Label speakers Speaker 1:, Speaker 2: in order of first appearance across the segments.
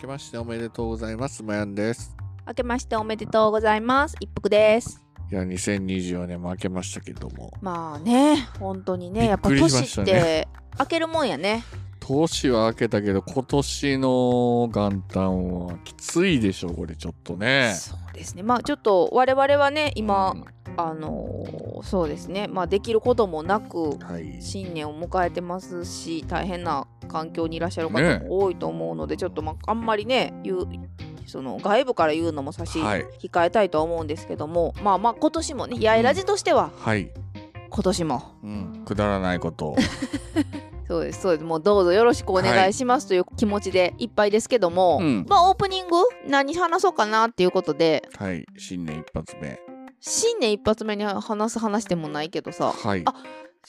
Speaker 1: けましておめでとうございます。まやんです。
Speaker 2: 明けましておめでとうございます。一服です。
Speaker 1: いや、2024年も明けましたけども、
Speaker 2: まあね、本当にね、やっぱ
Speaker 1: びっくりしまし
Speaker 2: 年
Speaker 1: た
Speaker 2: っ
Speaker 1: ね
Speaker 2: て開けるもんやね。
Speaker 1: 年は明けたけど、今年の元旦はきついでしょ、これちょっとね。
Speaker 2: そうですね。まあちょっと我々はね、今、
Speaker 1: うん
Speaker 2: あのーそうですね、まあできることもなく
Speaker 1: はい。
Speaker 2: 新年を迎えてますし、大変な環境にいらっしゃる方も多いと思うので、ちょっとまああんまりね、言う。その外部から言うのも差し
Speaker 1: はい
Speaker 2: 控えたいとは思うんですけども、まあまあ今年もね八重ラジとしては
Speaker 1: はい。
Speaker 2: 今年も
Speaker 1: うん。くだらない ことを。
Speaker 2: そうですそうですもうどうぞよろしくお願いしますという気持ちでいっぱいですけども、
Speaker 1: うん
Speaker 2: まあオープニング何話そうかなっていうことで
Speaker 1: はい。新年一発目。
Speaker 2: 新年一発目に話す話でもないけどさ
Speaker 1: はい。
Speaker 2: あ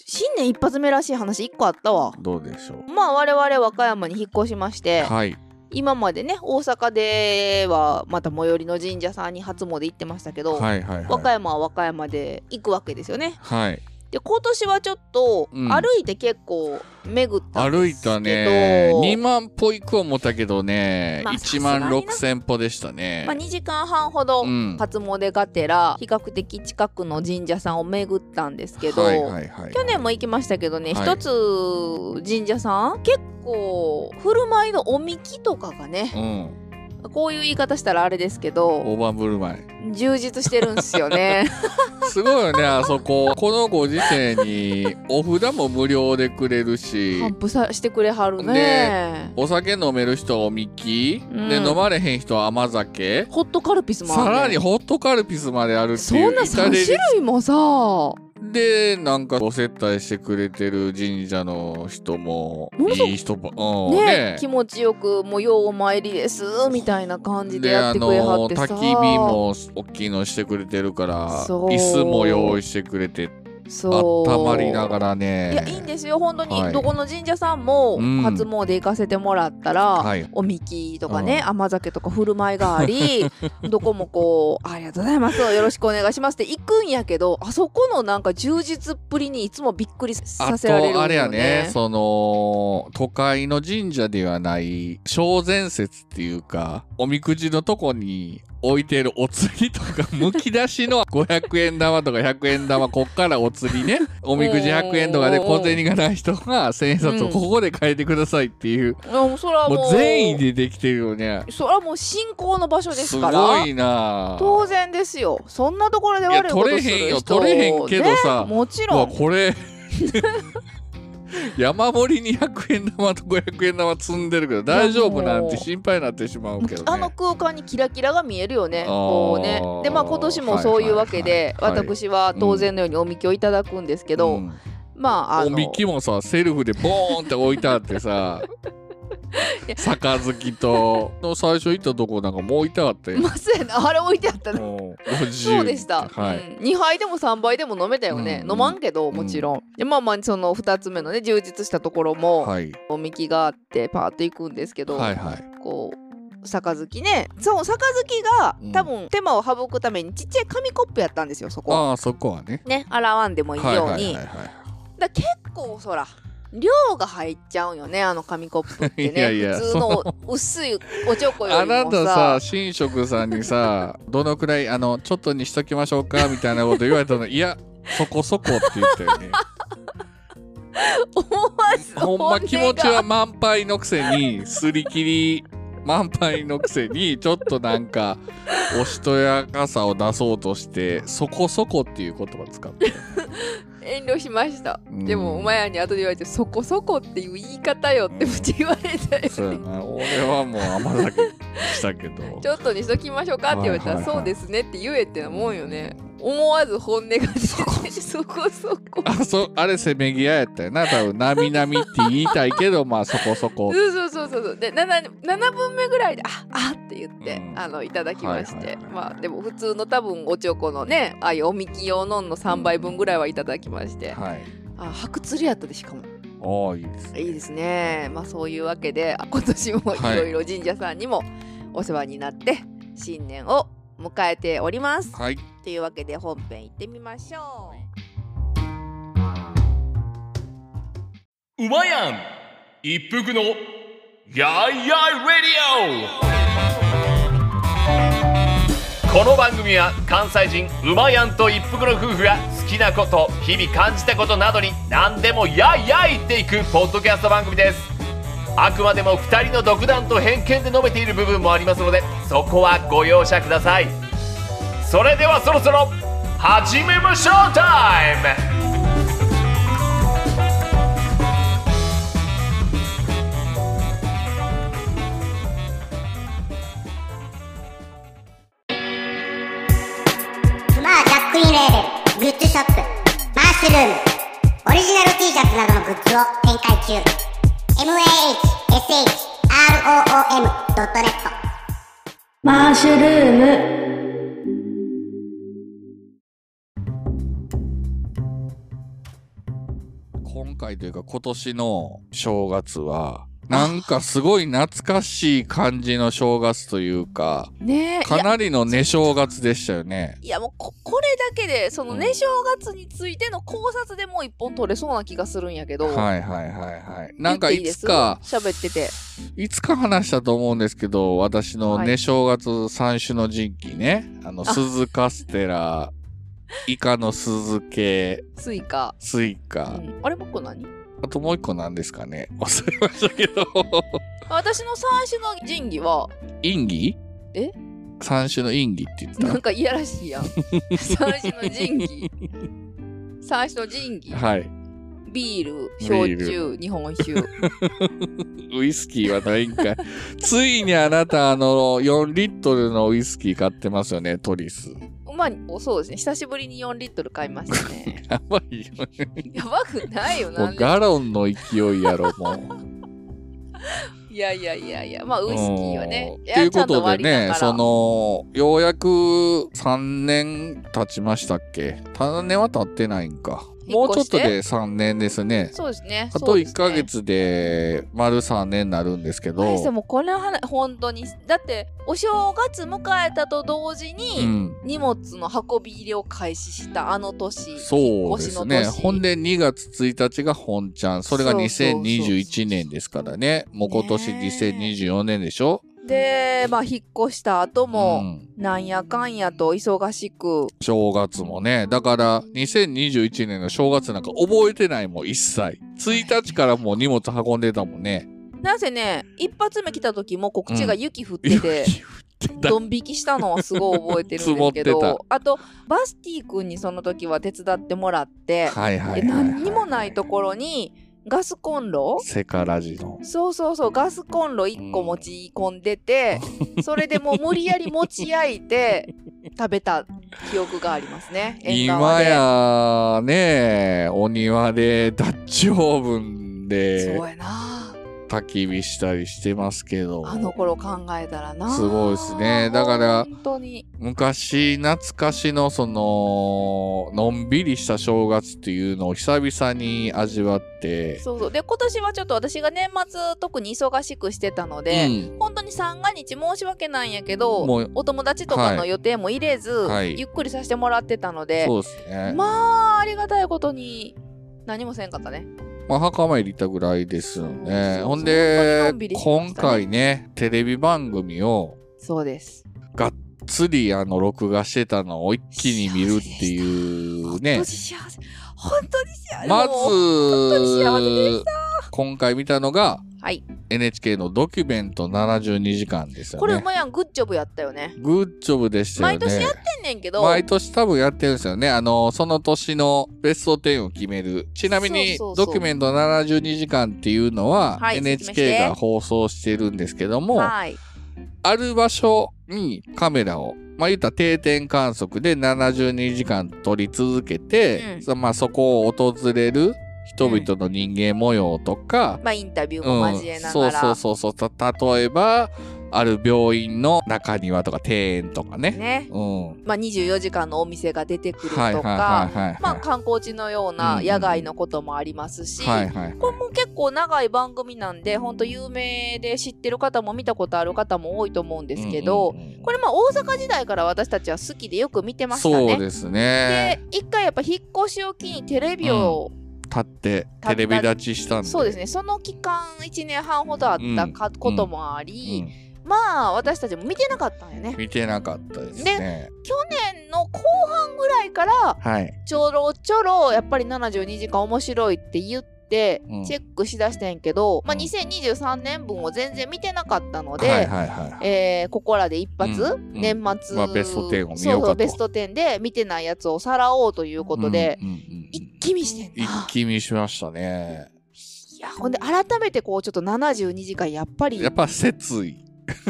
Speaker 2: 新年一発目らしい話1個あったわ。
Speaker 1: どうでしょう。
Speaker 2: まあ我々和歌山に引っ越しまして
Speaker 1: はい。
Speaker 2: 今までね大阪ではまた最寄りの神社さんに初詣行ってましたけど、
Speaker 1: はいはい
Speaker 2: 和歌
Speaker 1: はい。
Speaker 2: 山は和歌山で行くわけですよね。
Speaker 1: はい。
Speaker 2: で今年はちょっと
Speaker 1: うん
Speaker 2: 歩いて結構巡ったん
Speaker 1: 歩
Speaker 2: で
Speaker 1: い
Speaker 2: すけど、
Speaker 1: たね。2万歩行く思ったけどね、
Speaker 2: まあ
Speaker 1: 1万6千歩でしたね
Speaker 2: まあ、。2時間半ほど
Speaker 1: うん
Speaker 2: 初詣がてら比較的近くの神社さんを巡ったんですけど、
Speaker 1: はいはいはい。
Speaker 2: 去年も行きましたけどね
Speaker 1: はい
Speaker 2: 一、つ神社さん結構振る舞いのおみきとかがね
Speaker 1: うん。
Speaker 2: こういう言い方したらあれですけど
Speaker 1: 大盤振る舞い。
Speaker 2: 充実してるんです よね。
Speaker 1: すごい よね、あそこ。このご時世に、お札も無料でくれるし
Speaker 2: 反、布さしてくれはるね。
Speaker 1: お酒飲める人はおみき、
Speaker 2: うん
Speaker 1: で、飲まれへん人は甘酒、
Speaker 2: ホットカルピスもある、
Speaker 1: さ
Speaker 2: ね、
Speaker 1: らにホットカルピスまであるって
Speaker 2: そ
Speaker 1: いうん
Speaker 2: な
Speaker 1: 至
Speaker 2: 3
Speaker 1: れり
Speaker 2: 種類もさも
Speaker 1: で、なんかお接待してくれてる神社の人も
Speaker 2: もの、すごく
Speaker 1: いい人ば、うん、
Speaker 2: ね
Speaker 1: ね
Speaker 2: 気持ちよくもうようお参りですみたいな感じで
Speaker 1: で、あ
Speaker 2: やってくれは
Speaker 1: の、
Speaker 2: ってさ
Speaker 1: 焚き火も大きいのしてくれてるから、
Speaker 2: そう
Speaker 1: 椅子も用意してくれて、
Speaker 2: そう
Speaker 1: 温まりながらね。
Speaker 2: いやいいんですよ本当
Speaker 1: はい
Speaker 2: にどこの神社さんも
Speaker 1: うん
Speaker 2: 初詣行かせてもらったら、
Speaker 1: はい
Speaker 2: おみきとかね、甘酒とか振る舞いがあり どこもこう「ありがとうございますよろしくお願いします」って行くんやけどあそこのなんか充実っぷりにいつもびっくりさ
Speaker 1: あ
Speaker 2: せられるんよ、ね、
Speaker 1: とあれやねその都会の神社ではない小前説っていうかおみくじのとこに置いてるお釣りとかむき出しの500円玉とか100円玉こっからお釣りねおみくじ100円とかで小銭がない人が千円札をここで変えてくださいっていう、
Speaker 2: いやもうそれはもう
Speaker 1: もう善意でできてるよね
Speaker 2: それはもう信仰の場所です
Speaker 1: す
Speaker 2: から
Speaker 1: ごいな
Speaker 2: 当然ですよそんなところで悪いことする人
Speaker 1: いや取れへんよ取れへんけどさ
Speaker 2: ねもち
Speaker 1: う
Speaker 2: ろ
Speaker 1: わ
Speaker 2: ん
Speaker 1: これ 山盛りに100円玉と500円玉積んでるけど大丈夫なんて心配になってしまうけどね
Speaker 2: あの空間にキラキラが見えるよね
Speaker 1: あー
Speaker 2: こうねでまあ今年もそういうわけで、
Speaker 1: はいはいはい
Speaker 2: 私は当然のようにおみきをいただくんですけど、
Speaker 1: うん
Speaker 2: まああ
Speaker 1: お
Speaker 2: の
Speaker 1: みきもさセルフでボーンって置いてあって さ杯との最初行ったとこなんかもう置いてあって
Speaker 2: まさやなあれ置いてあ ったね
Speaker 1: も
Speaker 2: そうでした、
Speaker 1: はい、
Speaker 2: うん、2杯でも3杯でも飲めたよね、
Speaker 1: うん
Speaker 2: 飲まんけどもちろん、でまあまあその2つ目のね充実したところも、
Speaker 1: はい
Speaker 2: おみきがあってパーッと行くんですけど、
Speaker 1: はいはい
Speaker 2: こう杯ねその杯が
Speaker 1: うん
Speaker 2: 多分手間を省くためにちっちゃい紙コップやったんですよそこ
Speaker 1: ああそこはね
Speaker 2: ね洗わんでもいいよう
Speaker 1: は
Speaker 2: に、
Speaker 1: いはいはいは
Speaker 2: だ結構そら量が入っちゃうんよねあの紙コップってね
Speaker 1: いやいや
Speaker 2: 普通の薄いおちょこ
Speaker 1: い
Speaker 2: よ
Speaker 1: あ
Speaker 2: りもさ
Speaker 1: なたさ神職さんにさどのくらいあのちょっとにしときましょうかみたいなこと言われ たのいやそこそこって言ったよね
Speaker 2: 思わず
Speaker 1: ほんま気持ち
Speaker 2: 本音が
Speaker 1: は満杯のくせにすり切り満杯のくせにちょっとなんかおしとやかさを出そうとしてそこそこっていう言葉使って
Speaker 2: 遠慮しました
Speaker 1: うん
Speaker 2: でもお前やに後で言われて「そこそこ」っていう言い方よって
Speaker 1: うん
Speaker 2: うち言われたよ、
Speaker 1: そうやな俺はもう甘酒したけど
Speaker 2: ちょっとにしときましょうかって言われたら
Speaker 1: は
Speaker 2: 「
Speaker 1: いはいはい
Speaker 2: そうですね」って言えってなもんよね思わず本音が出てそこそこ
Speaker 1: あそあれせめぎ合いやったよな多分「なみなみ」って言いたいけどまあそこそこ
Speaker 2: そうそうそうそうそうで 7, 7分目ぐらいで「ああって言って、
Speaker 1: うん
Speaker 2: あのいただきまして、
Speaker 1: はいはいはいはい
Speaker 2: まあでも普通の多分おちょこのねああいうおみき用のんの3倍分ぐらいはいただきまして、
Speaker 1: はい
Speaker 2: あ白鶴やったでしかも
Speaker 1: おおいいです
Speaker 2: いいですねまあそういうわけであ今年もい
Speaker 1: はい
Speaker 2: ろいろ神社さんにもお世話になって新年を迎えております。
Speaker 1: はい
Speaker 2: というわけで本編行ってみましょう。
Speaker 3: うまやん一服のやいやいレディオこの番組は関西人うまやんと一服の夫婦が好きなこと日々感じたことなどに何でもやいやい言っていくポッドキャスト番組ですあくまでも2人の独断と偏見で述べている部分もありますのでそこはご容赦くださいそれではそろそろ始めましょうタイム
Speaker 4: まあジャックインレーベルグッズショップマッシュルームオリジナル T シャツなどのグッズを展開中 mahshroom.net
Speaker 5: マーシュルーム
Speaker 1: 今回というか今年の正月はなんかすごい懐かしい感じの正月というか
Speaker 2: ねえい
Speaker 1: か
Speaker 2: や
Speaker 1: なりの寝正月でしたよね。
Speaker 2: いやもうここれだけでその
Speaker 1: う
Speaker 2: ね
Speaker 1: ん
Speaker 2: 正月についての考察でもう一本取れそうな気がするんやけど、
Speaker 1: はいはいはいはい。
Speaker 2: 言
Speaker 1: な
Speaker 2: っ
Speaker 1: んか
Speaker 2: て
Speaker 1: い
Speaker 2: で
Speaker 1: つ
Speaker 2: す
Speaker 1: か
Speaker 2: 喋ってて
Speaker 1: いつか話したと思うんですけど、私の
Speaker 2: はい
Speaker 1: ね、正月三種の神器ね。あの、
Speaker 2: あ
Speaker 1: 鈴カステラ、イカの酢漬け、
Speaker 2: スイカ、
Speaker 1: スイ
Speaker 2: う
Speaker 1: カ。
Speaker 2: んあれ僕何
Speaker 1: あともう一個なんですかね。 忘れましたけど。
Speaker 2: 私の三種の神器は
Speaker 1: インギ
Speaker 2: え
Speaker 1: 三種のインギって言
Speaker 2: な
Speaker 1: っ
Speaker 2: んかいやらし いやん三種の神器三種の神器
Speaker 1: た。はい。
Speaker 2: ビール
Speaker 1: ビ
Speaker 2: 焼
Speaker 1: ール
Speaker 2: 酎日 本酒
Speaker 1: ウイスキーはないん かい。ついにあなた、あの、4リットルのウイスキー買ってますよね、トリス。
Speaker 2: まあそうですね久しぶりに4リットル買いまし たね
Speaker 1: やばいよね。
Speaker 2: やばくないよ
Speaker 1: も
Speaker 2: なん
Speaker 1: う
Speaker 2: で
Speaker 1: ガロンの勢いやろ、もう。
Speaker 2: いやいやいやいやまあウイスキーはね
Speaker 1: うん
Speaker 2: や
Speaker 1: というこ
Speaker 2: ちゃん
Speaker 1: とで
Speaker 2: 割りなが
Speaker 1: ね
Speaker 2: ら、
Speaker 1: その、ようやく3年経ちましたっけ ?3 年は経ってないんか。
Speaker 2: 引
Speaker 1: も
Speaker 2: っ
Speaker 1: うちょ
Speaker 2: 越
Speaker 1: っ
Speaker 2: して
Speaker 1: とで3年ですね。
Speaker 2: そうですね
Speaker 1: あ
Speaker 2: そ
Speaker 1: と
Speaker 2: うで
Speaker 1: 1
Speaker 2: すね
Speaker 1: ヶ月で丸3年になるんですけど。
Speaker 2: 大してもうこれは話本当にだってお正月迎えたと同時
Speaker 1: う
Speaker 2: に、
Speaker 1: ん。
Speaker 2: 荷物の運び入れを開始したあの年
Speaker 1: そうですね。
Speaker 2: 引っ越しの年
Speaker 1: ほんで2月1日が本ちゃん。それが
Speaker 2: そうそうそう
Speaker 1: 2021年ですからね。もう今年
Speaker 2: ね
Speaker 1: 2024年でしょ
Speaker 2: でまあ引っ越した後も、
Speaker 1: ん
Speaker 2: なんやかんやと忙しく
Speaker 1: 正月もね。だから、2021年の正月なんか覚えてないもん、一切。1日からもう荷物運んでたもんね。
Speaker 2: なぜね一発目来た時も告知が雪降ってて、
Speaker 1: だ
Speaker 2: ドン引きしたのをすごい覚えてるんですけ
Speaker 1: 積もって
Speaker 2: どあとバスティ君にその時は手伝ってもらって、
Speaker 1: はいはいはい、はい。
Speaker 2: で何にもないところにガスコンロ
Speaker 1: セカラジの。
Speaker 2: そうそうそうガスコンロ1個持ち込んでて、それでもう無理やり持ち焼いて食べた記憶がありますね縁側
Speaker 1: 今
Speaker 2: で
Speaker 1: や、ねお庭でダッチオーブンで
Speaker 2: そうやな
Speaker 1: 焚き火したりしてますけど。
Speaker 2: あの頃考えたらな
Speaker 1: すごいですねだから
Speaker 2: 本当に
Speaker 1: 昔懐かしのそののんびりした正月っていうのを久々に味わって
Speaker 2: そうそうで今年はちょっと私が年末特に忙しくしてたので、
Speaker 1: うん
Speaker 2: 本当に三が日申し訳ないんやけど
Speaker 1: もう
Speaker 2: お友達とかの
Speaker 1: はい
Speaker 2: 予定も入れず、
Speaker 1: はい
Speaker 2: ゆっくりさせてもらってたので、
Speaker 1: そうですね、ま
Speaker 2: まあありがたいことに何もせんかったね
Speaker 1: あ、墓参り行ったぐらいですよ
Speaker 2: そう
Speaker 1: ね
Speaker 2: そう
Speaker 1: ほんで
Speaker 2: のんびりしてま
Speaker 1: 今
Speaker 2: したね
Speaker 1: 回ねテレビ番組を
Speaker 2: そうです
Speaker 1: 釣りあの録画してたのを一気に見るっていうね
Speaker 2: 本当に幸せ本当に幸せ
Speaker 1: ま
Speaker 2: もう
Speaker 1: ず
Speaker 2: 幸せで
Speaker 1: 今回見たのが
Speaker 2: はい
Speaker 1: NHK のドキュメント72時間ですよ
Speaker 2: これう
Speaker 1: ね
Speaker 2: まいやんグッジョブやったよね
Speaker 1: グッジョブでしたよね
Speaker 2: 毎年やってんねんけど
Speaker 1: 毎年多分やってるんですよね。あの、その年のベスト10を決める。ちなみに、
Speaker 2: そうそうそ
Speaker 1: ド
Speaker 2: う
Speaker 1: キュメント72時間っていうのは、
Speaker 2: はい説
Speaker 1: NHK
Speaker 2: 明して
Speaker 1: が放送してるんですけども、
Speaker 2: はい
Speaker 1: ある場所にカメラを、まあ言ったら定点観測で72時間撮り続けて、
Speaker 2: うん
Speaker 1: そまあそこを訪れる人々の人間模様とか、
Speaker 2: まあインタビュー
Speaker 1: う
Speaker 2: も
Speaker 1: ん
Speaker 2: 交えな
Speaker 1: そ
Speaker 2: が
Speaker 1: う
Speaker 2: ら、
Speaker 1: そうそうそうた例えばある病院の中庭とか庭園とかね
Speaker 2: ね
Speaker 1: うん
Speaker 2: まあ、24時間のお店が出てくるとか、
Speaker 1: はいはいはいはいはい
Speaker 2: まあ、観光地のよう
Speaker 1: うん
Speaker 2: な
Speaker 1: うん
Speaker 2: 野外のこともありますし、
Speaker 1: はいはい
Speaker 2: これも結構長い番組なんで本当有名で知ってる方も見たことある方も多いと思うんですけど、
Speaker 1: うんうんうん
Speaker 2: これまあ大阪時代から私たちは好きでよく見てました
Speaker 1: そう
Speaker 2: ね。
Speaker 1: ですね
Speaker 2: で一回やっぱ引っ越しを機にテレビを
Speaker 1: 経って
Speaker 2: た
Speaker 1: テレビ立ちしたんで
Speaker 2: そうですねその期間1年半ほどあったか
Speaker 1: うん
Speaker 2: こともあ
Speaker 1: う
Speaker 2: り、
Speaker 1: ん
Speaker 2: まあ私たちも見てなかったんよね
Speaker 1: 見てなかったですね
Speaker 2: 去年の後半ぐらいから
Speaker 1: はい
Speaker 2: ちょろちょろやっぱり72時間面白いって言って
Speaker 1: うん
Speaker 2: チェックしだしたんやけど、まあ、
Speaker 1: うん
Speaker 2: 2023年分を全然見てなかったので、
Speaker 1: はいはいはい
Speaker 2: えーここらで一発、
Speaker 1: うんうん
Speaker 2: 年末、
Speaker 1: まあベスト10を見ようかと
Speaker 2: そうそうベスト10で見てないやつをさらおうということで、
Speaker 1: うんうんうん
Speaker 2: 一気見してん
Speaker 1: 一
Speaker 2: な。
Speaker 1: 気見しましたね
Speaker 2: いやほんで改めてこうちょっと72時間やっぱり
Speaker 1: やっぱ節意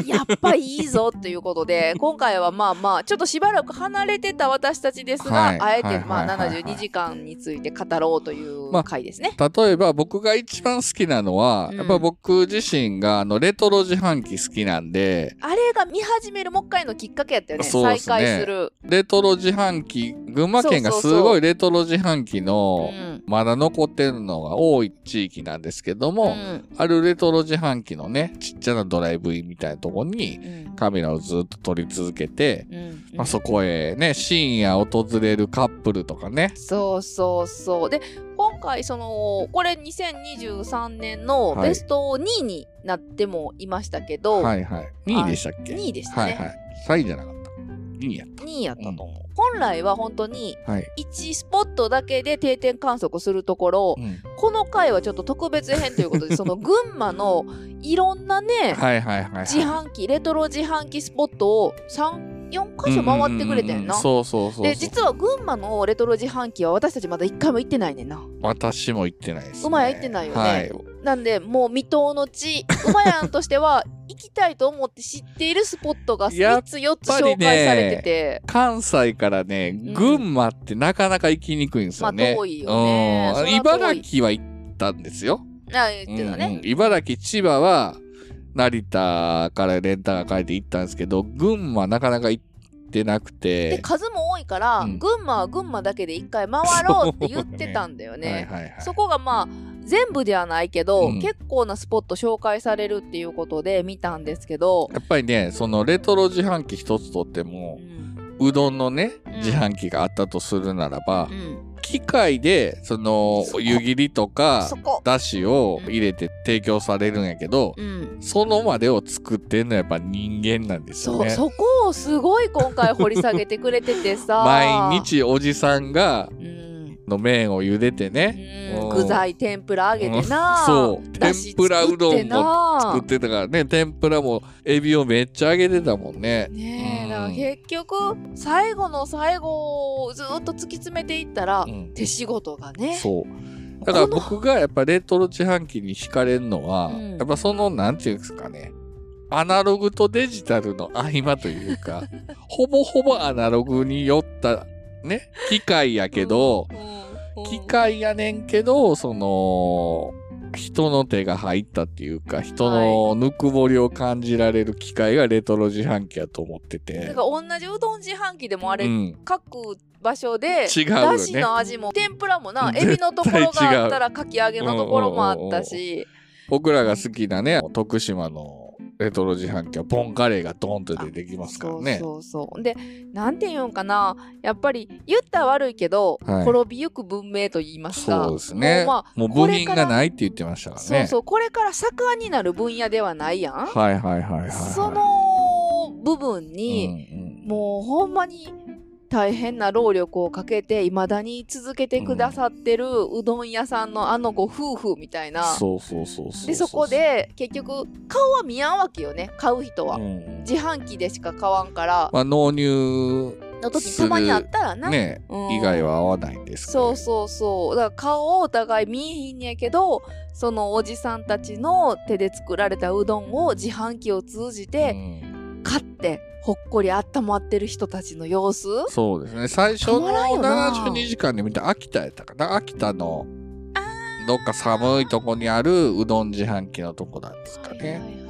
Speaker 2: やっぱいいぞということ で今回はまあまあちょっとしばらく離れてた私たちですが、
Speaker 1: はい
Speaker 2: あえ
Speaker 1: はい
Speaker 2: てま
Speaker 1: は
Speaker 2: あ
Speaker 1: いはいはい
Speaker 2: 72時間について語ろうという
Speaker 1: まあ
Speaker 2: 回ですね。
Speaker 1: 例えば僕が一番好きなのは、
Speaker 2: うん
Speaker 1: やっぱ僕自身があのレトロ自販機好きなんで
Speaker 2: あれが見始めるもう一回のきっかけやったよね
Speaker 1: そうで
Speaker 2: 再
Speaker 1: すね
Speaker 2: 開する。
Speaker 1: レトロ自販機群馬県が
Speaker 2: そう
Speaker 1: す
Speaker 2: そうそう
Speaker 1: ごいレトロ自販機
Speaker 2: う
Speaker 1: の
Speaker 2: ん
Speaker 1: まだ残ってるのが多い地域なんですけど
Speaker 2: う
Speaker 1: も、
Speaker 2: ん
Speaker 1: あるレトロ自販機のねちっちゃなドライブインみたいなとこに
Speaker 2: うん
Speaker 1: カメラをずっと撮り続けて、
Speaker 2: うん
Speaker 1: まあ、そこへね深夜訪れるカップルとかね
Speaker 2: そうそうそう。で、今回、その、これ2023年の
Speaker 1: はい
Speaker 2: ベスト2位になってもいましたけど、
Speaker 1: はいはい2位でしたっけ
Speaker 2: 2位でしたね
Speaker 1: はいはい3位じゃなかった2位やった
Speaker 2: 2位やったと思う。本来は本当に、
Speaker 1: はい、
Speaker 2: 1スポットだけで定点観測するところ、
Speaker 1: うん
Speaker 2: この回はちょっと特別編とい うことで、その群馬のいろんなね、
Speaker 1: はいはいはいはい
Speaker 2: 自販機、レトロ自販機スポットを3、4箇所回ってくれてん
Speaker 1: ううう
Speaker 2: な。
Speaker 1: そうそうそうそう
Speaker 2: で、実は群馬のレトロ自販機は私たちまだ1回も行ってないねんな。
Speaker 1: 私も行ってないです、ね、
Speaker 2: うまいは行ってないよね
Speaker 1: はい、
Speaker 2: なんでもう未踏の地馬やんとし ては行きたいと思って知っているスポットが
Speaker 1: や
Speaker 2: 3
Speaker 1: っ
Speaker 2: つ4つ
Speaker 1: ぱりね
Speaker 2: 紹介されてて、
Speaker 1: 関西からね
Speaker 2: ん
Speaker 1: 群馬ってなかなか行きにくいんですよね、
Speaker 2: まあ遠いよね
Speaker 1: う
Speaker 2: そ
Speaker 1: ん
Speaker 2: れは遠い
Speaker 1: 茨城は行ったんですよ、
Speaker 2: あ言ってたね、
Speaker 1: うんうん茨城千葉は成田からレンタカー借りて行ったんですけど群馬なかなか行ってなく
Speaker 2: で
Speaker 1: て
Speaker 2: 数も多いから、
Speaker 1: うん
Speaker 2: 群馬は群馬だけで1回回ろうって言ってたんだよね。そ
Speaker 1: はいはいはい
Speaker 2: こがまあ全部ではないけど、
Speaker 1: うん
Speaker 2: 結構なスポット紹介されるっていうことで見たんですけど、
Speaker 1: やっぱりねそのレトロ自販機一つとっても
Speaker 2: うん
Speaker 1: うどんのね
Speaker 2: ん
Speaker 1: 自販機があったとするならば、
Speaker 2: うん
Speaker 1: 機械でその
Speaker 2: そこ
Speaker 1: 湯切りとか
Speaker 2: そこ、
Speaker 1: だしを入れて提供されるんやけど、
Speaker 2: うん
Speaker 1: そのまでを作ってんのはやっぱ人間なんですよ
Speaker 2: そう
Speaker 1: ね。
Speaker 2: そこをすごい今回掘り下げてくれててさ
Speaker 1: 毎、日おじさんが
Speaker 2: うん、
Speaker 1: の麺を茹でてね、
Speaker 2: うん
Speaker 1: うん
Speaker 2: 具材天ぷら揚げてな、
Speaker 1: そう
Speaker 2: だし
Speaker 1: 天ぷらうどんも
Speaker 2: 作ってな
Speaker 1: 作ってたからね天ぷらもエビをめっちゃ揚げてたもんね。
Speaker 2: ね
Speaker 1: う
Speaker 2: え
Speaker 1: ん
Speaker 2: だから結局最後の最後をずっと突き詰めていったら、
Speaker 1: うん
Speaker 2: 手仕事がね
Speaker 1: そうだから
Speaker 2: この
Speaker 1: 僕がやっぱレトロ自販機に惹かれるのは、
Speaker 2: うん
Speaker 1: やっぱそのなんていうんですかねアナログとデジタルの合間という かほぼほぼアナログによったね機械やけど、
Speaker 2: うんうん
Speaker 1: 機械やねんけどその人の手が入ったっていうか人のぬくもりを感じられる機械がレトロ自販機やと思って
Speaker 2: なん
Speaker 1: て。
Speaker 2: か同じうどん自販機でもあれ、
Speaker 1: うん、
Speaker 2: 各場所で
Speaker 1: 違うよね
Speaker 2: だしの味も天ぷらもなエビのところ
Speaker 1: 絶対違う
Speaker 2: があったらかき揚げのところもあったし、
Speaker 1: 僕らが好きなね徳島のレトロ自販機はポンカレーがドーンと出てきますからね。
Speaker 2: そうそうそうでなんて言うんかなやっぱり言ったら悪いけど、
Speaker 1: はい
Speaker 2: 転びゆく文明と言いますか
Speaker 1: そうですね。
Speaker 2: もうまあ
Speaker 1: もう
Speaker 2: こ
Speaker 1: 部
Speaker 2: れ
Speaker 1: 品
Speaker 2: から
Speaker 1: がないって言ってましたから
Speaker 2: そう
Speaker 1: ね。
Speaker 2: そうこれから盛んになる分野ではないやん、
Speaker 1: はいはいはいはいはい。
Speaker 2: その部分
Speaker 1: うん
Speaker 2: に、
Speaker 1: うん
Speaker 2: もうほんまに大変な労力をかけていまだに続けてくださってるうどん屋さんのあのご夫婦みたいな、
Speaker 1: そうそうそうそう。
Speaker 2: でそこ、で結局顔は見合うわけよね買う人は、
Speaker 1: うん
Speaker 2: 自販機でしか買わんから、
Speaker 1: まあ納入
Speaker 2: の時たまにあったらな、
Speaker 1: ね
Speaker 2: うん
Speaker 1: 以外は合わないんですけど
Speaker 2: そうそうそうだから顔をお互い見えひんねやけどそのおじさんたちの手で作られたうどんを自販機を通じ
Speaker 1: う
Speaker 2: て
Speaker 1: ん
Speaker 2: 買ってほっこり温まってる人たちの様子
Speaker 1: そうですね。最初
Speaker 2: たま
Speaker 1: の
Speaker 2: らんよな
Speaker 1: 72時間で見た秋田やったかな秋田のどっか寒いとこにあるうどん自販機のとこなんですかね。
Speaker 2: はいはいはいは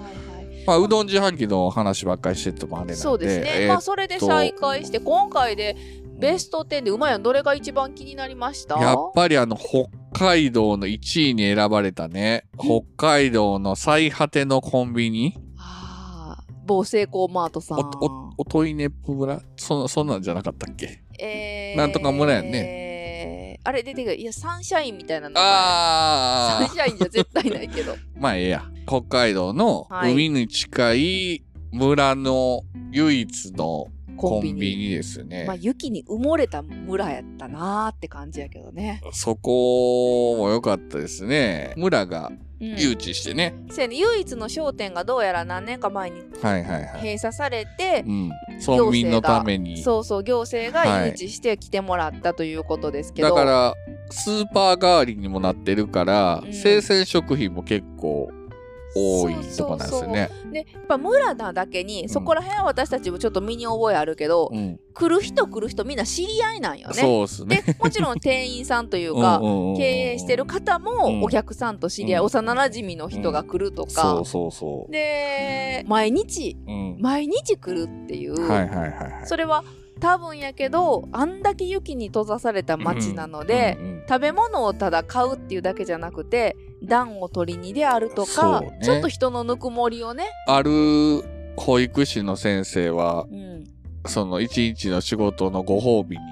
Speaker 2: い
Speaker 1: まあ、うどん自販機の話ばっかりしててもあれなんで。
Speaker 2: そうですね、
Speaker 1: えー
Speaker 2: まあそれで再開して今回でベスト10でうまいやんどれが一番気になりました
Speaker 1: やっぱりあの、北海道の1位に選ばれたね。北海道の最果てのコンビニ。
Speaker 2: ああ某成功マートさ
Speaker 1: お、
Speaker 2: ん
Speaker 1: お、おといねぷ村そんな、そんなんじゃなかったっけ
Speaker 2: えー
Speaker 1: なんとか村やん
Speaker 2: ねあれ出てくるいやサンシャインみたいな名前サン
Speaker 1: ああ
Speaker 2: シャインじゃ絶対ない けど
Speaker 1: まあええや北海道の
Speaker 2: はい
Speaker 1: 海に近い村の唯一の
Speaker 2: コ
Speaker 1: コ
Speaker 2: ン
Speaker 1: ン
Speaker 2: ビ
Speaker 1: ビ
Speaker 2: ニ
Speaker 1: ニですね
Speaker 2: まあ雪に埋もれた村やったなーって感じやけどね、
Speaker 1: そこも良かったですね村が
Speaker 2: うん、
Speaker 1: 誘致してね、
Speaker 2: せやね唯一の商店がどうやら何年か前に
Speaker 1: はいはいはい、
Speaker 2: 閉鎖されて、
Speaker 1: うん、村民のために
Speaker 2: そうそう行政が
Speaker 1: はい
Speaker 2: 誘致して来てもらったということですけど、
Speaker 1: だからスーパー代わりにもなってるから、
Speaker 2: うん
Speaker 1: 生鮮食品も結構多いとこなんですよね。
Speaker 2: でやっぱ村なだけに、
Speaker 1: ん
Speaker 2: そこら辺は私たちもちょっと身に覚えあるけど、
Speaker 1: うん
Speaker 2: 来る人来る人みんな知り合いなんよね。
Speaker 1: そうですね。
Speaker 2: でもちろん店員さんという
Speaker 1: うん
Speaker 2: か
Speaker 1: うんうんうん
Speaker 2: 経営してる方
Speaker 1: うん
Speaker 2: もお客さんと知り合い、
Speaker 1: うん
Speaker 2: 幼なじみの人が来るとか、
Speaker 1: そうそうそ
Speaker 2: で毎日
Speaker 1: う。うん、
Speaker 2: 毎日来るっていう、
Speaker 1: はいはいはいはい。
Speaker 2: それは多分やけどあんだけ雪に閉ざされた町なので、
Speaker 1: うんうん
Speaker 2: 食べ物をただ買うっていうだけじゃなくて暖を取りにであると
Speaker 1: そう
Speaker 2: か、
Speaker 1: ね
Speaker 2: ちょっと人のぬくもりをね、
Speaker 1: ある保育士の先生は
Speaker 2: うん、
Speaker 1: その一日の仕事のご褒美に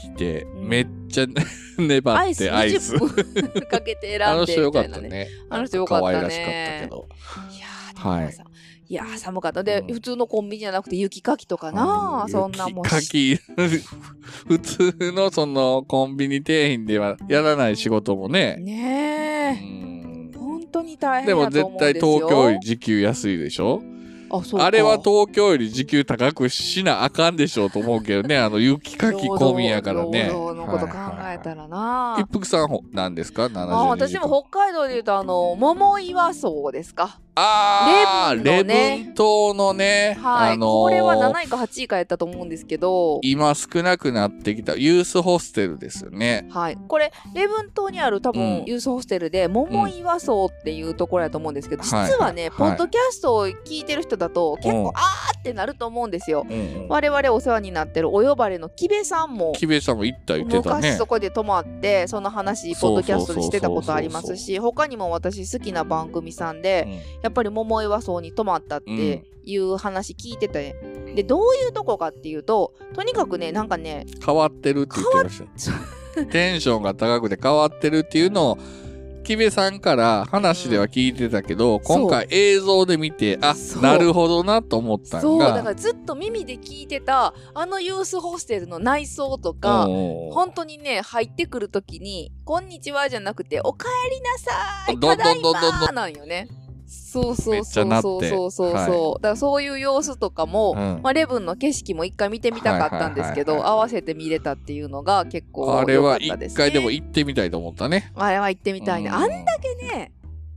Speaker 1: 来て、
Speaker 2: うん
Speaker 1: めっちゃ 粘
Speaker 2: アイ
Speaker 1: っ
Speaker 2: ス
Speaker 1: てアイス
Speaker 2: 20。分 かけて
Speaker 1: あ
Speaker 2: 選ん
Speaker 1: の
Speaker 2: で
Speaker 1: 人
Speaker 2: み
Speaker 1: よかっ
Speaker 2: たいな
Speaker 1: た
Speaker 2: ね。
Speaker 1: ね。
Speaker 2: あの人よかったね
Speaker 1: 可愛らしかったけど。
Speaker 2: いやー
Speaker 1: はい
Speaker 2: でもさいやー寒かったで、
Speaker 1: うん
Speaker 2: 普通のコンビニじゃなくて雪かきとかな、
Speaker 1: うん
Speaker 2: そんなもん
Speaker 1: 雪
Speaker 2: し
Speaker 1: かき普通のそのコンビニ店員ではやらない仕事もね。う
Speaker 2: ねえ
Speaker 1: ん
Speaker 2: 本当に大
Speaker 1: で
Speaker 2: 変
Speaker 1: も
Speaker 2: だと
Speaker 1: 絶
Speaker 2: 思うん
Speaker 1: 対
Speaker 2: ですよ
Speaker 1: 東京より時給安いでしょ
Speaker 2: あそうか
Speaker 1: あれは東京より時給高くしなあかんでしょうと思うけどね、あの雪かき込みやからね。
Speaker 2: 労働のこと考えたらな、
Speaker 1: 一服さんほなんですか ?72
Speaker 2: ああ私でも北海道でいうとあの桃岩荘ですか
Speaker 1: あー
Speaker 2: レ
Speaker 1: レ
Speaker 2: ブンのね
Speaker 1: ブン島のね、
Speaker 2: はい、
Speaker 1: あのー
Speaker 2: これは7位か8位かやったと思うんですけど、
Speaker 1: 今少なくなってきたユースホステルですよね。
Speaker 2: はい、これ礼文島にある多分、
Speaker 1: うん
Speaker 2: ユースホステルで桃岩荘っていうところやと思うんですけど、
Speaker 1: はい
Speaker 2: 実は
Speaker 1: は
Speaker 2: ね、
Speaker 1: い
Speaker 2: ポッドキャストを聞いてる人だと結
Speaker 1: うん
Speaker 2: 構あーってなると思うんですよ。
Speaker 1: うん
Speaker 2: 我々お世話になってるお呼ばれの木部さんも
Speaker 1: 木部さんも行った言ってた
Speaker 2: 昔
Speaker 1: ね
Speaker 2: そ。こで泊まってその話ポッドキャストでしてたことありますし他にも私好きな番組さんで
Speaker 1: うん
Speaker 2: やっぱり桃岩荘に泊まったっていう話聞いてて、でどういうとこかっていうととにかくねなんかね
Speaker 1: 変わってるって言ってましたよ。テンションが高くて変わってるっていうのを木部さんから話では聞いてたけど、今回映像で見てあ
Speaker 2: そう
Speaker 1: なるほどなと思った
Speaker 2: そ
Speaker 1: の
Speaker 2: う
Speaker 1: が
Speaker 2: だからずっと耳で聞いてたあのユースホステルの内装とか、
Speaker 1: うん
Speaker 2: 本当にね入ってくるときに「こんにちは」じゃなくて「おかえりなさい」「
Speaker 1: ど
Speaker 2: た
Speaker 1: ん
Speaker 2: だ
Speaker 1: ど
Speaker 2: い
Speaker 1: んどんどんどん
Speaker 2: ま」なんよね。そうそ
Speaker 1: め
Speaker 2: う
Speaker 1: っち
Speaker 2: そ
Speaker 1: ゃ
Speaker 2: う
Speaker 1: なって
Speaker 2: そうそうそうそう、
Speaker 1: は
Speaker 2: だからそういう様子とかも、
Speaker 1: うん
Speaker 2: まあ、レブンの景色も一回見てみたかったんですけど、
Speaker 1: はいはい
Speaker 2: 合わせて見れたっていうのが結構
Speaker 1: あれ
Speaker 2: 良かっ
Speaker 1: は
Speaker 2: たです、
Speaker 1: 一
Speaker 2: ね、
Speaker 1: 回でも行ってみたいと思ったね。
Speaker 2: あれは行ってみたいね、
Speaker 1: うん
Speaker 2: あんだけね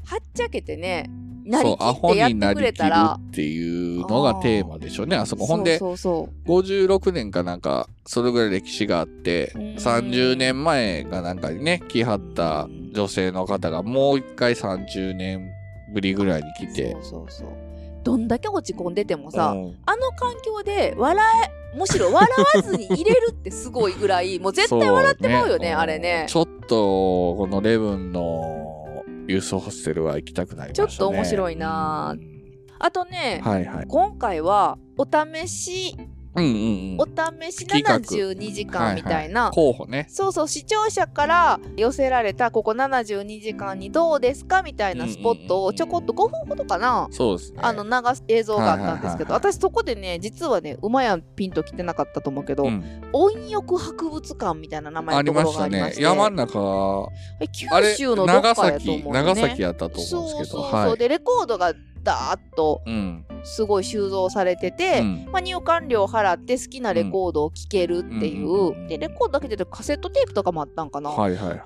Speaker 2: はっちゃけてねな
Speaker 1: そ
Speaker 2: り
Speaker 1: う
Speaker 2: き
Speaker 1: ア
Speaker 2: っ
Speaker 1: ホ
Speaker 2: てやっ
Speaker 1: に
Speaker 2: て
Speaker 1: な
Speaker 2: く
Speaker 1: り
Speaker 2: れ
Speaker 1: き
Speaker 2: た
Speaker 1: る
Speaker 2: ら
Speaker 1: っていうのがテーマでしょうねあそこほんで
Speaker 2: そうそうそう
Speaker 1: 56年かなんかそれぐらい歴史があって
Speaker 2: うん
Speaker 1: 30年前がなんかにね来はった女性の方がもう一回30年ぶりぐらいに来て
Speaker 2: そうそうそうどんだけ落ち込んでてもさ、
Speaker 1: うん
Speaker 2: あの環境で笑えむしろ笑わずに入れるってすごいぐらいもう絶対笑ってまうよね
Speaker 1: そ
Speaker 2: あれね
Speaker 1: んちょっとこのレブンのユースホステルは行きたくなりましたね
Speaker 2: ちょっと面白いなぁ
Speaker 1: うん
Speaker 2: あとね、
Speaker 1: はいはい
Speaker 2: 今回はお試し
Speaker 1: うんうんうん
Speaker 2: お試し
Speaker 1: 企画
Speaker 2: 72時間みたいな、
Speaker 1: はは候補ね
Speaker 2: そうそう視聴者から寄せられたここ72時間にどうですかみたいなスポットをちょこっと5分ほどかな、
Speaker 1: そうですね
Speaker 2: あの流す映像があったんですけど、
Speaker 1: はいはいはいはい
Speaker 2: 私そこでね実はね馬やんピンと来てなかったと思うけど、
Speaker 1: うん
Speaker 2: 温浴博物館みたいな名前
Speaker 1: あ
Speaker 2: の
Speaker 1: り
Speaker 2: とこ
Speaker 1: ま
Speaker 2: ろ
Speaker 1: し
Speaker 2: があ
Speaker 1: た
Speaker 2: りま
Speaker 1: ね
Speaker 2: して、
Speaker 1: 山の中
Speaker 2: え
Speaker 1: あ
Speaker 2: 九
Speaker 1: れ
Speaker 2: 州のどっか
Speaker 1: 長
Speaker 2: やと思う
Speaker 1: 崎
Speaker 2: ね
Speaker 1: 長崎やったと思うん
Speaker 2: そう
Speaker 1: ですけ
Speaker 2: そう
Speaker 1: ど
Speaker 2: そう、
Speaker 1: はい
Speaker 2: でレコードがダーッと
Speaker 1: うん
Speaker 2: すごい収蔵されてて、
Speaker 1: うん
Speaker 2: まあ、入館料払って好きなレコードを聴けるっていう、
Speaker 1: うんうんうん
Speaker 2: でレコードだけでカセットテープとかもあったんかな、
Speaker 1: はいはい
Speaker 2: で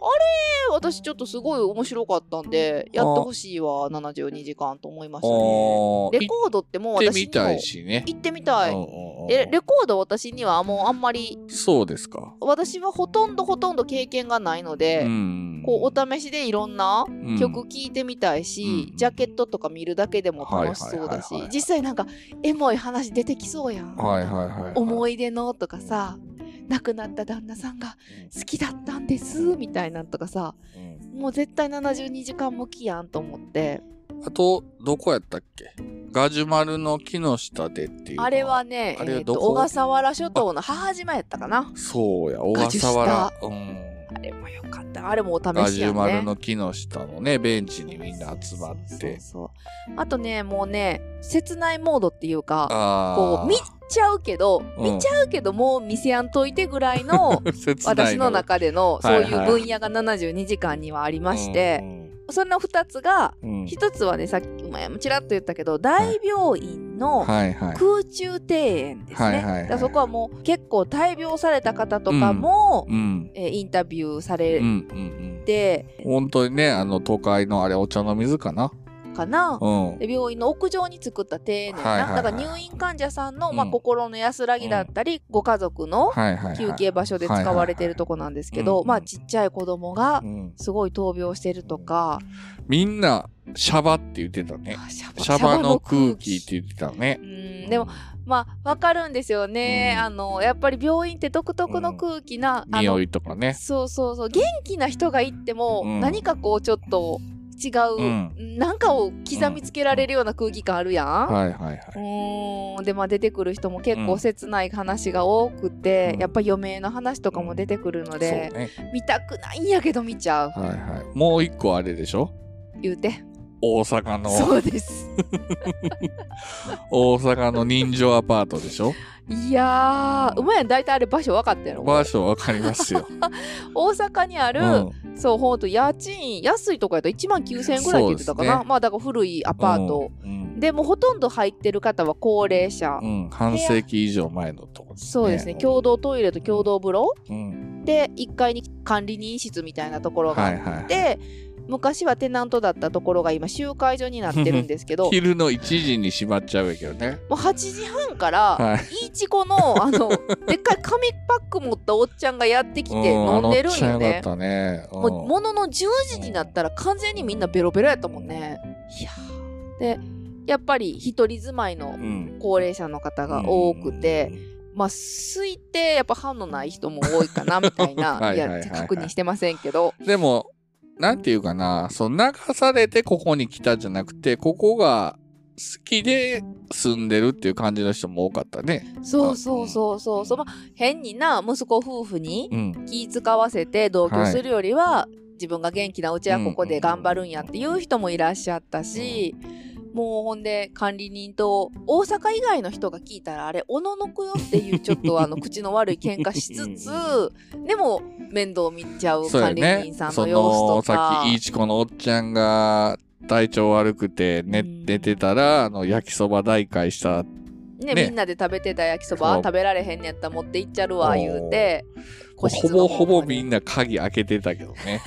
Speaker 2: 私ちょっとすごい面白かったんでやってほしいわ72時間と思いましたね
Speaker 1: お
Speaker 2: レコードってもう
Speaker 1: 行って
Speaker 2: 私
Speaker 1: み
Speaker 2: にも
Speaker 1: たい
Speaker 2: 行
Speaker 1: しね
Speaker 2: ってみたい
Speaker 1: うんうんうん
Speaker 2: えレコード私にはもうあんまり
Speaker 1: そうですか
Speaker 2: 私はほとんどほとんど経験がないので、
Speaker 1: ん
Speaker 2: こうお試しでいろんな曲
Speaker 1: うん
Speaker 2: 聴いてみたいし、
Speaker 1: うん
Speaker 2: ジャケットとか見るだけでも楽しそ
Speaker 1: は
Speaker 2: うだし
Speaker 1: いはいはいはい
Speaker 2: 実際なんかエモい話出てきそうやん、
Speaker 1: はいはいはいはい
Speaker 2: 思い出のとかさ亡くなった旦那さんが好きだったんですみたいなんとかさ
Speaker 1: うん
Speaker 2: もう絶対72時間向きやんと思って
Speaker 1: あとどこやったっけガジュマルの木の下でっていうの
Speaker 2: あれはね、え
Speaker 1: あれは
Speaker 2: ーと
Speaker 1: どこ
Speaker 2: 小笠原諸島の母島やったかな
Speaker 1: そうや小笠原うん
Speaker 2: あれもよかったあれもお試しや
Speaker 1: ガ
Speaker 2: ね
Speaker 1: マルの木の下のね、ベンチにみんな集まっ
Speaker 2: そうそう
Speaker 1: て。
Speaker 2: そうあとねもうね切ないモードっていうかこ
Speaker 1: ああ。
Speaker 2: う見ちゃうけど
Speaker 1: うん
Speaker 2: 見ちゃうけどもう見せやんといてぐらい の
Speaker 1: 切ない
Speaker 2: 私の中での
Speaker 1: は
Speaker 2: そ
Speaker 1: いうはい
Speaker 2: いう分野が72時間にはありまして、その2つが
Speaker 1: うん、うんうん
Speaker 2: 1つはねさっき前もちらっと言ったけど大病院の
Speaker 1: はいはい。
Speaker 2: 空中庭園ですね、
Speaker 1: はいはいはい
Speaker 2: だからそこはもう結構大病された方とかも、
Speaker 1: うん。
Speaker 2: えーインタビューさ
Speaker 1: うんう
Speaker 2: れ
Speaker 1: ん
Speaker 2: て
Speaker 1: うん。本当にね、あの、都会のあれ、お茶の水かな。
Speaker 2: かな、
Speaker 1: うん。
Speaker 2: で病院の屋上に作った庭園なんやな、
Speaker 1: はいはいはい
Speaker 2: だから入院患者さんの、まあ、
Speaker 1: うん
Speaker 2: 心の安らぎだったり、ご家族の
Speaker 1: はいはい、はい。
Speaker 2: 休憩場所で使われてるとこなんですけど、
Speaker 1: はいはいはい
Speaker 2: まあちっちゃい子供が
Speaker 1: うん。
Speaker 2: すごい闘病してるとか、
Speaker 1: みんな、シャバって言ってたね。
Speaker 2: あシャ
Speaker 1: シャバの空気って言ってたね
Speaker 2: う。んでもまあわかるんですよね、
Speaker 1: うん
Speaker 2: あのやっぱり病院って独特の空気な、
Speaker 1: うん、
Speaker 2: あの
Speaker 1: 匂いとかね。
Speaker 2: そうそうそう元気な人が行っても、
Speaker 1: うん
Speaker 2: 何かこうちょっと違う、
Speaker 1: うん
Speaker 2: なんかを刻みつけられるような空気感あるやん、。
Speaker 1: はいはいはいう
Speaker 2: ーんでまあ出てくる人も結構切ない話が多くて、
Speaker 1: うん
Speaker 2: やっぱ余命の話とかも出てくるので
Speaker 1: そ、うね。
Speaker 2: 見たくないんやけど見ちゃう
Speaker 1: はいはい。もう一個あれでしょ
Speaker 2: 言 うて
Speaker 1: 大阪の、
Speaker 2: そうです
Speaker 1: 大阪の人情アパートで しょ
Speaker 2: いやーうまいやん大体あれ場所分かったやろ
Speaker 1: 場所わかります よ。
Speaker 2: 大阪にある、
Speaker 1: うん
Speaker 2: そうほんと家賃安いとこやと1万9000円ぐらいって言ってたか
Speaker 1: そう
Speaker 2: な、
Speaker 1: ですね
Speaker 2: まあだから古いアパート、。
Speaker 1: うん。
Speaker 2: でもうほとんど入ってる方は高齢者、
Speaker 1: うんうん半世紀以上前のとこ
Speaker 2: そうですね共同トイレと共同風呂
Speaker 1: うん。
Speaker 2: で1階に管理人室みたいなところが
Speaker 1: は
Speaker 2: あ
Speaker 1: い
Speaker 2: っ
Speaker 1: はいはい。
Speaker 2: て昔はテナントだったところが今集会所になってるんですけ ど
Speaker 1: 昼の1時に閉まっちゃうやけどね。
Speaker 2: もう8時半から、
Speaker 1: はい。
Speaker 2: い、いちごのあ のでっかい紙パック持ったおっちゃんがやってきて飲んで
Speaker 1: あのお
Speaker 2: るんよね
Speaker 1: っちゃんや。だったね。うん
Speaker 2: もうものの10時になったら完全にみんなベロベロやったもんね。いやーでやっぱり一人住まい
Speaker 1: う
Speaker 2: の
Speaker 1: ん
Speaker 2: 高齢者の方が多くて、まあ推定やっぱ歯のない人も多いかなみたいな
Speaker 1: はいはいはいはい
Speaker 2: いや確認してませんけど
Speaker 1: でもなんていうかなそう流されてここに来たじゃなくてここが好きで住んでるっていう感じの人も多かったね。
Speaker 2: そうそうそうそうそう、まあ、変にな息子夫婦に
Speaker 1: うん、
Speaker 2: 気使わせて同居するよりは、自分が元気なうちはここで頑張るんやっていう人もいらっしゃったし、もうほんで管理人と大阪以外の人が聞いたらあれおののくよっていうちょっとあの口の悪い喧嘩しつつでも面倒見ちゃう
Speaker 1: そうよ
Speaker 2: 管理
Speaker 1: ね
Speaker 2: 人さん
Speaker 1: そ
Speaker 2: の様
Speaker 1: の
Speaker 2: 子とか
Speaker 1: さっきいちこのおっちゃんが体調悪くて寝,、
Speaker 2: うん
Speaker 1: 寝てたらあの焼きそば大会した
Speaker 2: ね
Speaker 1: ね
Speaker 2: みんなで食べてた焼き
Speaker 1: そ
Speaker 2: そ
Speaker 1: う
Speaker 2: ば食べられへんねやったら持って行っちゃるわ言うて個
Speaker 1: ほ
Speaker 2: 室の
Speaker 1: ぼ
Speaker 2: 方
Speaker 1: ほぼ
Speaker 2: まで
Speaker 1: みんな鍵開けてたけどね。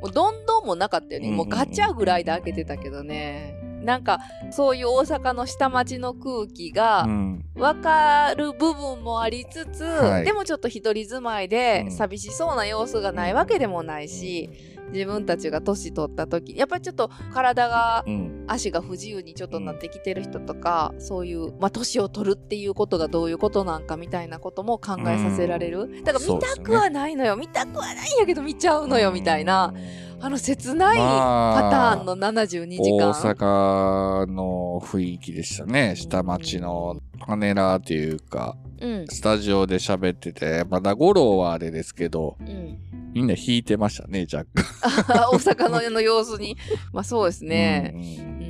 Speaker 2: もうどんどんもなかったよねもうガチャぐらいで開けてたけどねなんかそういう大阪の下町の空気
Speaker 1: う
Speaker 2: が
Speaker 1: ん、
Speaker 2: 分かる部分もありつつ、
Speaker 1: はい
Speaker 2: でもちょっと一人住まいうで
Speaker 1: ん
Speaker 2: 寂しそうな様子がないわけでもないし自分たちが年取った時やっぱりちょっと体が
Speaker 1: うん
Speaker 2: 足が不自由にちょっとなってきてる人とか、そういう、まあ、年を取るっていうことがどういうことなんかみたいなことも考えさせられる、だから
Speaker 1: そう
Speaker 2: 見
Speaker 1: です
Speaker 2: た
Speaker 1: ね
Speaker 2: くはないのよ、見たくはないんやけど見ちゃうのよみたいな、あの切ない
Speaker 1: まあ
Speaker 2: パターンの72時間、
Speaker 1: 大阪の雰囲気でしたね下町のパネラーというか
Speaker 2: うん
Speaker 1: スタジオで喋っててまだ五郎はあれですけど
Speaker 2: うん、
Speaker 1: みんな弾いてましたね若干
Speaker 2: あ大阪のの様子にまあそうですね、
Speaker 1: うん
Speaker 2: うんうんうん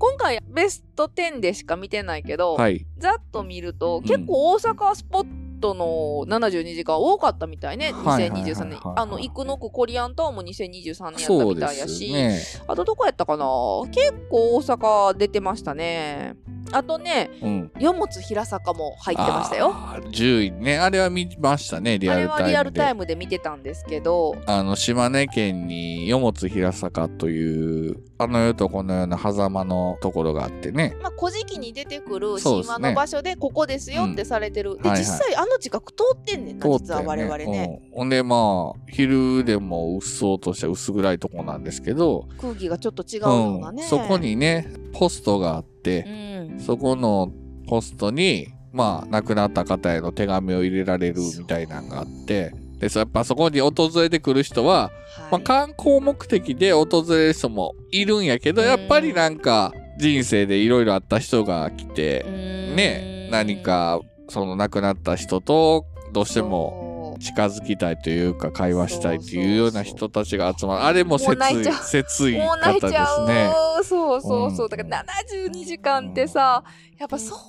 Speaker 2: 今回ベスト10でしか見てないけど、
Speaker 1: はい
Speaker 2: ざっと見ると
Speaker 1: ん
Speaker 2: 結構大阪スポットの72時間多かったみたいね、
Speaker 1: はいはいはいはい
Speaker 2: 2023年あの生野区コリアンタウンも2023年や
Speaker 1: そ
Speaker 2: った
Speaker 1: う
Speaker 2: み
Speaker 1: で
Speaker 2: たいや
Speaker 1: す
Speaker 2: し、
Speaker 1: ね
Speaker 2: あとどこやったかな結構大阪出てましたねあとね
Speaker 1: うん
Speaker 2: 与物平坂も入ってましたよ
Speaker 1: あー10位ねあれは見ましたねリ
Speaker 2: あ
Speaker 1: ア
Speaker 2: れ
Speaker 1: ルタイム
Speaker 2: は
Speaker 1: で
Speaker 2: リアルタイムで見てたんですけど
Speaker 1: あの島根県に与本平坂というあの世とこの世の狭間のところがあってね
Speaker 2: まあ、古事記に出てくる
Speaker 1: そうで
Speaker 2: 神
Speaker 1: すね
Speaker 2: 話の場所でここですよってされてる、で、
Speaker 1: はいはい
Speaker 2: 実際あの近く通ってんねんな、実は我々ね、
Speaker 1: うんほんでまあ昼でもうっそうとした薄暗いとこなんですけど、
Speaker 2: 空気がちょっと違うようなね、
Speaker 1: うんそこにねポストがあっ
Speaker 2: う
Speaker 1: て、
Speaker 2: ん
Speaker 1: そこのポストにまあ亡くなった方への手紙を入れられるみたいなのがあってでそうやっぱそこに訪れてくる人は、
Speaker 2: はい
Speaker 1: まあ、観光目的で訪れる人もいるんやけどやっぱりなんか人生でいろいろあった人が来て、
Speaker 2: ね
Speaker 1: ね何かその亡くなった人とどうしても。
Speaker 2: も
Speaker 1: 近づきたいというか会話したいというような人たちが集まるあれも
Speaker 2: も
Speaker 1: 切
Speaker 2: う泣いちゃう
Speaker 1: 切い
Speaker 2: もう泣
Speaker 1: 方
Speaker 2: い
Speaker 1: です
Speaker 2: ち
Speaker 1: ね
Speaker 2: ゃう。そうそうそ
Speaker 1: う
Speaker 2: う。
Speaker 1: ん
Speaker 2: だから72時間ってさ、やっぱそうい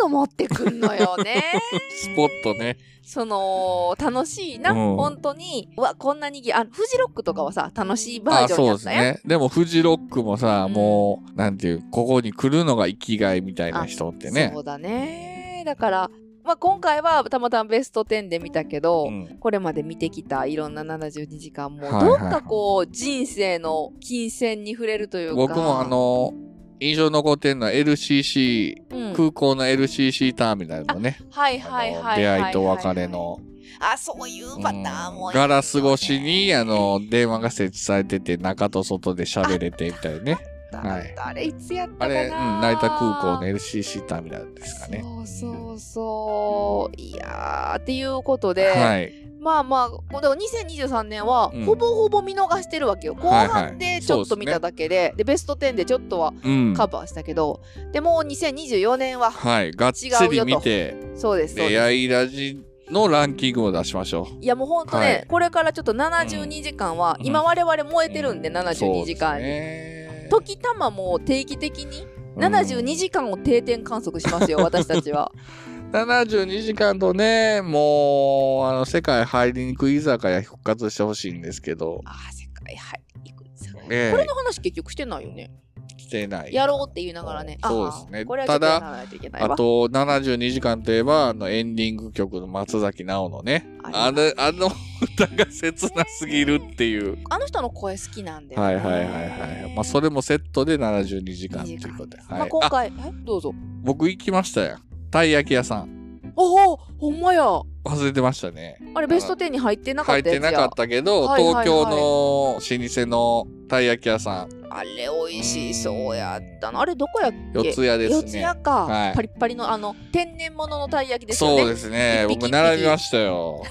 Speaker 2: うの持ってくんのよね。
Speaker 1: スポットね
Speaker 2: その、楽しいな。
Speaker 1: うん
Speaker 2: 本当に。うわ、こんなにぎあの、フジロックとかはさ、楽しいバー
Speaker 1: あ
Speaker 2: ジョン
Speaker 1: そう
Speaker 2: だ
Speaker 1: で
Speaker 2: っ
Speaker 1: す
Speaker 2: たやん。
Speaker 1: ねでもフジロックもさ、
Speaker 2: うん
Speaker 1: もうなんていうここに来るのが生きがいみたいな人ってね
Speaker 2: そうだね。だから、まあ今回はたまたまベスト10で見たけど、
Speaker 1: うん
Speaker 2: これまで見てきたいろんな72時間も、
Speaker 1: はいはい
Speaker 2: ど
Speaker 1: は
Speaker 2: っ
Speaker 1: い
Speaker 2: かこう人生の金銭に触れるというか
Speaker 1: 僕もあ、の印象に残ってるのは LCC、
Speaker 2: うん
Speaker 1: 空港の LCC ターミナルのね
Speaker 2: はい
Speaker 1: あの
Speaker 2: はいはい
Speaker 1: 出
Speaker 2: はい
Speaker 1: 会いと別れの
Speaker 2: あそういうパターンも、
Speaker 1: ガラス越しにあの電話が設置されてて中と外で喋れてみたいなねはい
Speaker 2: あれいつやったかな
Speaker 1: あれ、うん、成田空港の LCC ターミナルですかね
Speaker 2: そうそうそういやーっていうことで、
Speaker 1: はい
Speaker 2: まあまあこうだから2023年は
Speaker 1: うん
Speaker 2: ほぼほぼ見逃してるわけよ、後
Speaker 1: はいはい
Speaker 2: 半でちょっと見ただけで,、でベスト10でちょっとは
Speaker 1: うん
Speaker 2: カバーしたけど、でもう2024年は
Speaker 1: はいがっつり見て
Speaker 2: そうですそ
Speaker 1: 出
Speaker 2: うです
Speaker 1: 会いラジのランキングを出しましょう
Speaker 2: いやもうほんとね、
Speaker 1: はい
Speaker 2: これからちょっと72時間は、
Speaker 1: うん
Speaker 2: 今我々燃えてるんで、
Speaker 1: そう
Speaker 2: 72時間に、
Speaker 1: ね
Speaker 2: 時たまも定期的に
Speaker 1: うん
Speaker 2: 72時間を定点観測し ますよ、私たちは。
Speaker 1: 72時間とねもうあの世界入りにくい居酒屋復活してほしいんですけど
Speaker 2: ああ、世界入りにくいさ。こ
Speaker 1: ええ
Speaker 2: れの話結局してないよね。
Speaker 1: 来てない
Speaker 2: やろうって言いながらね。あー
Speaker 1: そうですね
Speaker 2: これはちょっとやらないといけないわ。
Speaker 1: あと、72時間といえば、あの、エンディング曲の松崎直のね、あ
Speaker 2: あ
Speaker 1: れ、あの歌が切なすぎるっていう。
Speaker 2: あの人の声好きなんで、ね。
Speaker 1: はいはいはいはい。まあ、それもセットで72時間とい
Speaker 2: 時間
Speaker 1: うことで。
Speaker 2: ま
Speaker 1: は
Speaker 2: あ
Speaker 1: い。
Speaker 2: 今
Speaker 1: あ、
Speaker 2: 回、えどうぞ。
Speaker 1: 僕行きましたよ。たい焼き屋さん。
Speaker 2: おお、ほんまや。
Speaker 1: 忘れてましたね。
Speaker 2: あれベスト10に入ってなか
Speaker 1: 入
Speaker 2: っ
Speaker 1: った
Speaker 2: や
Speaker 1: て
Speaker 2: つや。
Speaker 1: なかったけど、
Speaker 2: はいはいはい
Speaker 1: 東京の老舗のたい焼き屋さん、
Speaker 2: あれ美味しそうやったな。あれどこやっけ
Speaker 1: 四ツ谷です
Speaker 2: 四ツ
Speaker 1: ね。
Speaker 2: 谷か、
Speaker 1: はい
Speaker 2: パリッパリのあの天然物のたい焼きですよね。
Speaker 1: そうですね。
Speaker 2: 一匹
Speaker 1: 僕並びましたよ。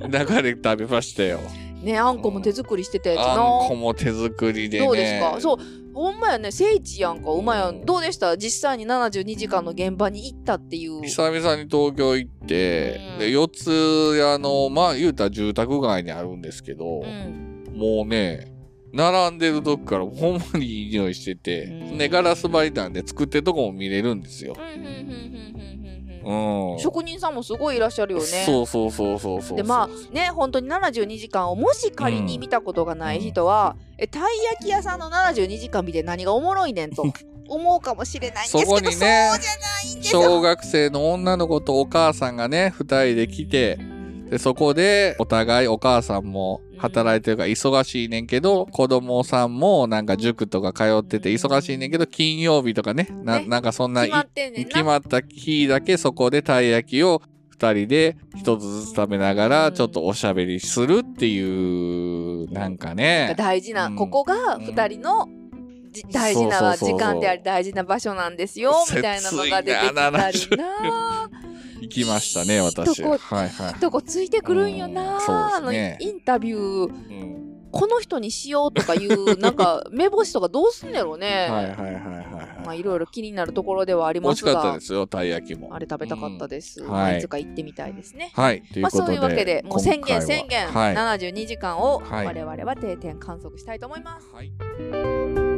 Speaker 1: 中で食べましたよ。
Speaker 2: ねあんこも手作りしてたやつな。
Speaker 1: あんこも手作りでね。
Speaker 2: どうですかそうほんまやね聖地やんか馬やんどうでした実際に72時間の現場に行ったっていう
Speaker 1: 久々に東京行って、
Speaker 2: うん
Speaker 1: で四ツ谷のまあ言うたら住宅街にあるんですけど、
Speaker 2: うん
Speaker 1: もうね並んでる時からほんまにいい匂いしてて、
Speaker 2: うん
Speaker 1: でガラス張りなんで作ってるとこも見れるんですよ。
Speaker 2: うんうんうんうんうんうん
Speaker 1: うん。
Speaker 2: 職人さんもすごいいらっしゃるよね
Speaker 1: そうそうそうそうそうそう。
Speaker 2: でまあね本当に72時間をもし仮に見たことがない人は、えたい焼き屋さんの72時間見て何がおもろいねんと思うかもしれないんですけど
Speaker 1: そこにね
Speaker 2: そうじゃないんですよ
Speaker 1: 小学生の女の子とお母さんがね二人で来てでそこでお互いお母さんも働いてるから忙しいねんけど子供さんもなんか塾とか通ってて忙しいねんけど金曜日とかねな
Speaker 2: ね
Speaker 1: なんかそんな
Speaker 2: 決ま
Speaker 1: い
Speaker 2: ってんねん
Speaker 1: 決
Speaker 2: な
Speaker 1: まった日だけそこでたい焼きを2人で一つずつ食べなが
Speaker 2: う
Speaker 1: ら
Speaker 2: ん
Speaker 1: ちょっとおしゃべりするっていうなんかね
Speaker 2: 大事な、
Speaker 1: うん
Speaker 2: ここが2人のじ、大事
Speaker 1: そう
Speaker 2: な
Speaker 1: そうそうそ
Speaker 2: 時
Speaker 1: う
Speaker 2: 間であり大事な場所なんですよみたいなのが出てきたりな
Speaker 1: 行きましたね私
Speaker 2: いいとこ
Speaker 1: はいはい、
Speaker 2: とこついてくるんよな、
Speaker 1: うんそうですね
Speaker 2: あのインタビュー
Speaker 1: うん
Speaker 2: この人にしようとかいうなん か目星とかどうすんやろうね、
Speaker 1: はいはいはいはい
Speaker 2: ま
Speaker 1: は
Speaker 2: あ
Speaker 1: い
Speaker 2: いろいろ気になるところではあり
Speaker 1: 美
Speaker 2: ま
Speaker 1: 味し
Speaker 2: す
Speaker 1: かった
Speaker 2: が
Speaker 1: ですよたい焼きも
Speaker 2: あれ食べたかったです、
Speaker 1: うん
Speaker 2: まあ
Speaker 1: はい
Speaker 2: いつか行ってみたいですね
Speaker 1: はいという
Speaker 2: まあ、
Speaker 1: ことで、
Speaker 2: そういうわけでもう宣言宣言、
Speaker 1: 今回は
Speaker 2: 72時間を
Speaker 1: はい
Speaker 2: 我々は定点観測したいと思います、
Speaker 1: はい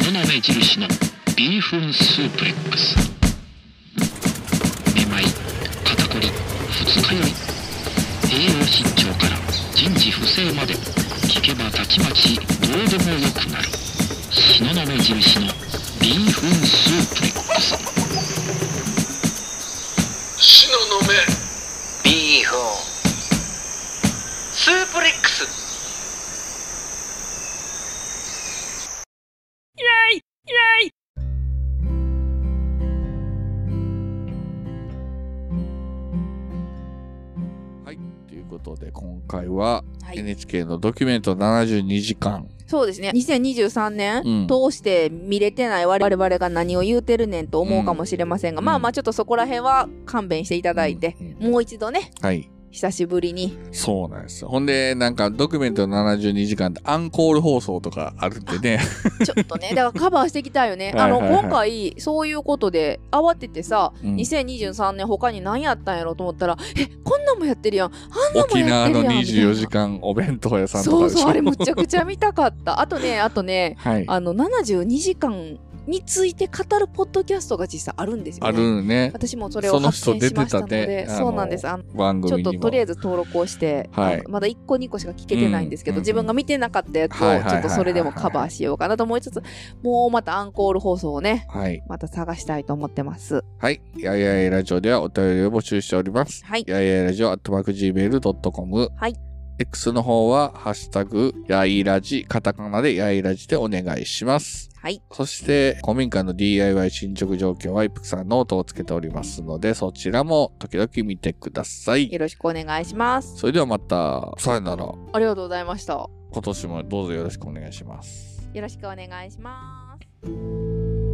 Speaker 6: 白鍋印のビーフンスープレックスめまい肩こり二日酔い栄養失調から人事不正まで聞けばたちまちどうでもよくなる白鍋印のビーフンスープレックス
Speaker 7: 東雲ビーフンスープレックス
Speaker 1: ということで今回は
Speaker 2: はい
Speaker 1: NHK のドキュメント72時間、
Speaker 2: そうですね2023年、
Speaker 1: うん
Speaker 2: 通して見れてない我々が何を言うてるねんと思うかもしれませんが、
Speaker 1: うん
Speaker 2: まあまあちょっとそこら辺は勘弁していただいて、
Speaker 1: うん
Speaker 2: もう一度ね
Speaker 1: はい
Speaker 2: 久しぶりに
Speaker 1: そうなんですよほんでなんかドキュメントの72時間ってアンコール放送とかあるってね
Speaker 2: ちょっ とね、だからカバーしていきたいよね。
Speaker 1: はいはいはい
Speaker 2: あの今回そういうことで慌ててさ、
Speaker 1: うん
Speaker 2: 2023年他に何やったんやろと思ったら、えこんなんもやってるやん、 あんなんも
Speaker 1: 沖
Speaker 2: や
Speaker 1: 縄
Speaker 2: ってるや
Speaker 1: の
Speaker 2: ん。
Speaker 1: 24時
Speaker 2: み
Speaker 1: 間お弁当屋さ
Speaker 2: たいな
Speaker 1: と
Speaker 2: んそ
Speaker 1: か
Speaker 2: う
Speaker 1: でしょ
Speaker 2: そうあれむちゃくちゃ見たかった。あとねあとね
Speaker 1: はい
Speaker 2: あの72時間について語るポッドキャストが実際あるんですよ、ね。
Speaker 1: あるね
Speaker 2: 私もそれ
Speaker 1: そ
Speaker 2: を
Speaker 1: の
Speaker 2: 発
Speaker 1: 人
Speaker 2: 見しましたの
Speaker 1: 出て
Speaker 2: で、
Speaker 1: たね
Speaker 2: そうなんです。あの
Speaker 1: 番
Speaker 2: ちょっ
Speaker 1: 組
Speaker 2: と
Speaker 1: に
Speaker 2: と
Speaker 1: も
Speaker 2: りあえず登録をして、
Speaker 1: はい
Speaker 2: あのまだ1個2個しか聞けてないんですけど、
Speaker 1: うん
Speaker 2: 自分が見てなかったやつ
Speaker 1: はいはい
Speaker 2: を
Speaker 1: はい
Speaker 2: ちょっとそれでもカバーしようかなと思いつつもうまたアンコール放送をね
Speaker 1: はい
Speaker 2: また探したいと思ってます
Speaker 1: はいやいやいラジオではお便りを募集しております
Speaker 2: はい
Speaker 1: やいやいラジオアットマーク Gmail.com
Speaker 2: はい
Speaker 1: X の方は、ハッシュタグ、やいラジ、カタカナでやいラジでお願いします。
Speaker 2: はい
Speaker 1: そして、古民家の DIY 進捗状況は、イプクさんノートをつけておりますので、そちらも時々見てください。
Speaker 2: よろしくお願いします
Speaker 1: それではまた、さよなら。
Speaker 2: ありがとうございましたよ
Speaker 1: 今年もどうぞよろしくお願いします。
Speaker 2: ろしくお願いします